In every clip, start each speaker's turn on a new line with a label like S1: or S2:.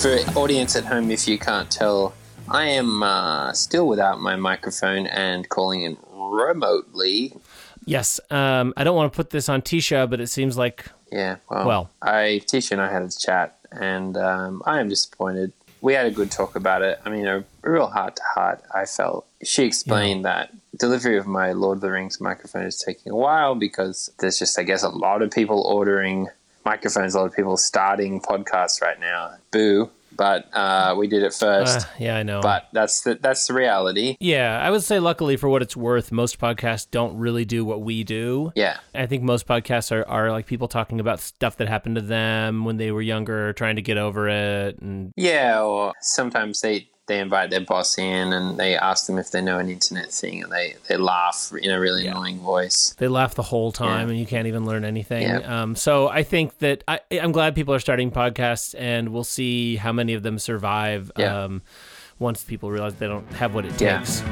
S1: for audience at home, if you can't tell, I am uh, still without my microphone and calling in remotely.
S2: Yes. Um, I don't want to put this on Tisha, but it seems like
S1: Yeah, well,
S2: Well.
S1: I Tisha and I had a chat, and um, I am disappointed. We had a good talk about it. I mean, a real heart to heart. I felt she explained that delivery of my Lord of the Rings microphone is taking a while because there's just, I guess, a lot of people ordering microphones. A lot of people starting podcasts right now. Boo! But uh, we did it first.
S2: uh, yeah, I know.
S1: but that's the that's the reality.
S2: yeah, I would say luckily for what it's worth, most podcasts don't really do what we do.
S1: Yeah,
S2: I think most podcasts are, are like people talking about stuff that happened to them when they were younger, trying to get over it and
S1: yeah. Or sometimes they they invite their boss in and they ask them if they know an internet thing, and they they laugh in a really annoying voice.
S2: They laugh the whole time, and you can't even learn anything.
S1: Yeah.
S2: Um, so I think that I, I'm glad people are starting podcasts, and we'll see how many of them survive
S1: Yeah.
S2: um, once people realize they don't have what it
S1: Yeah.
S2: takes.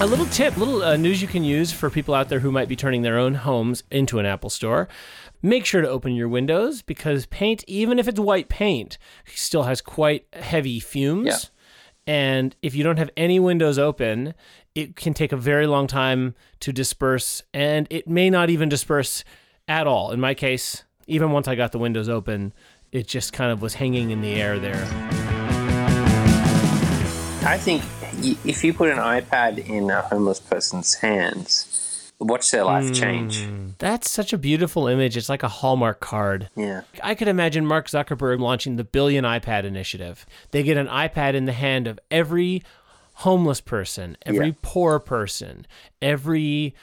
S2: A little tip, little uh, news you can use for people out there who might be turning their own homes into an Apple Store. Make sure to open your windows because paint, even if it's white paint, still has quite heavy fumes.
S1: Yeah.
S2: And if you don't have any windows open, it can take a very long time to disperse, and it may not even disperse at all. In my case, even once I got the windows open, it just kind of was hanging in the air there.
S1: I think y- if you put an iPad in a homeless person's hands, watch their life change.
S2: That's such a beautiful image. It's like a Hallmark card.
S1: Yeah,
S2: I could imagine Mark Zuckerberg launching the Billion iPad Initiative. They get an iPad in the hand of every homeless person, every
S1: Yeah.
S2: poor person, every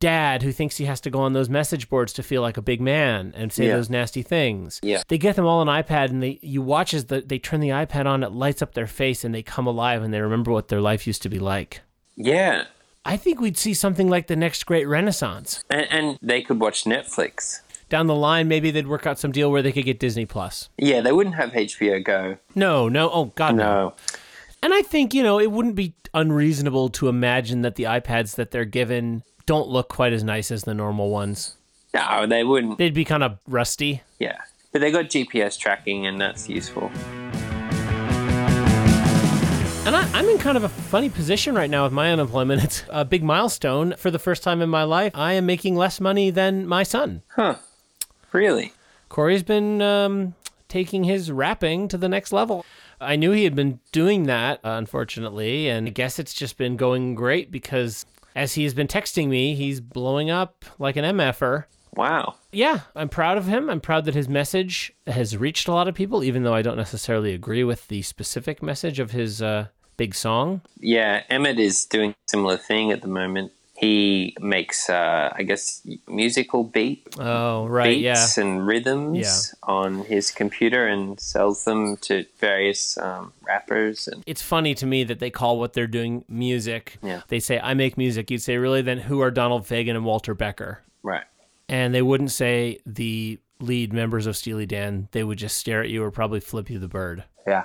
S2: dad who thinks he has to go on those message boards to feel like a big man and say
S1: Yeah.
S2: those nasty things.
S1: Yeah.
S2: They get them all an iPad and they you watch as the, they turn the iPad on, it lights up their face and they come alive and they remember what their life used to be like.
S1: yeah,
S2: I think we'd see something like the next great renaissance.
S1: and, and they could watch Netflix.
S2: Down the line maybe they'd work out some deal where they could get Disney Plus.
S1: Yeah, they wouldn't have HBO Go.
S2: No, no, oh god no.
S1: No,
S2: And I think, you know, it wouldn't be unreasonable to imagine that the iPads that they're given don't look quite as nice as the normal ones.
S1: no, they wouldn't.
S2: They'd be kind of rusty.
S1: Yeah, but they got GPS tracking, and that's useful.
S2: And I, I'm in kind of a funny position right now with my unemployment. It's a big milestone. For the first time in my life, I am making less money than my son.
S1: Huh? Really?
S2: Corey's been um, taking his rapping to the next level. I knew he had been doing that, uh, unfortunately, and I guess it's just been going great because as he has been texting me, he's blowing up like an MFer.
S1: Wow.
S2: yeah, I'm proud of him. I'm proud that his message has reached a lot of people, even though I don't necessarily agree with the specific message of his uh, big song.
S1: Yeah, Emmett is doing a similar thing at the moment. He makes, uh, I guess, musical beat,
S2: Oh, right, yeah.
S1: beats and rhythms
S2: Yeah.
S1: on his computer and sells them to various um, rappers. And
S2: It's funny to me that they call what they're doing music.
S1: Yeah.
S2: They say, I make music. You'd say, really? Then who are Donald Fagen and Walter Becker?
S1: right,
S2: And they wouldn't say the lead members of Steely Dan. They would just stare at you or probably flip you the bird.
S1: yeah.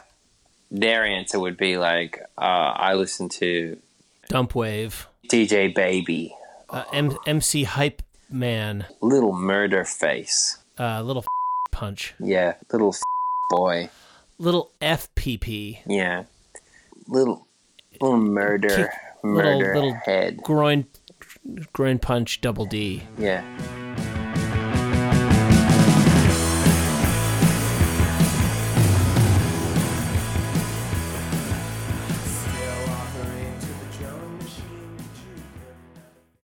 S1: Their answer would be like, uh, "I listen to
S2: Dump Wave,
S1: DJ Baby,
S2: uh, M- MC Hype Man,
S1: Little Murder Face,
S2: uh, Little Punch,
S1: yeah, Little Boy,
S2: Little FPP.
S1: yeah, Little Little Murder
S2: Kick- little-
S1: Murder
S2: little-
S1: Head,
S2: groin groin punch double D.
S1: yeah,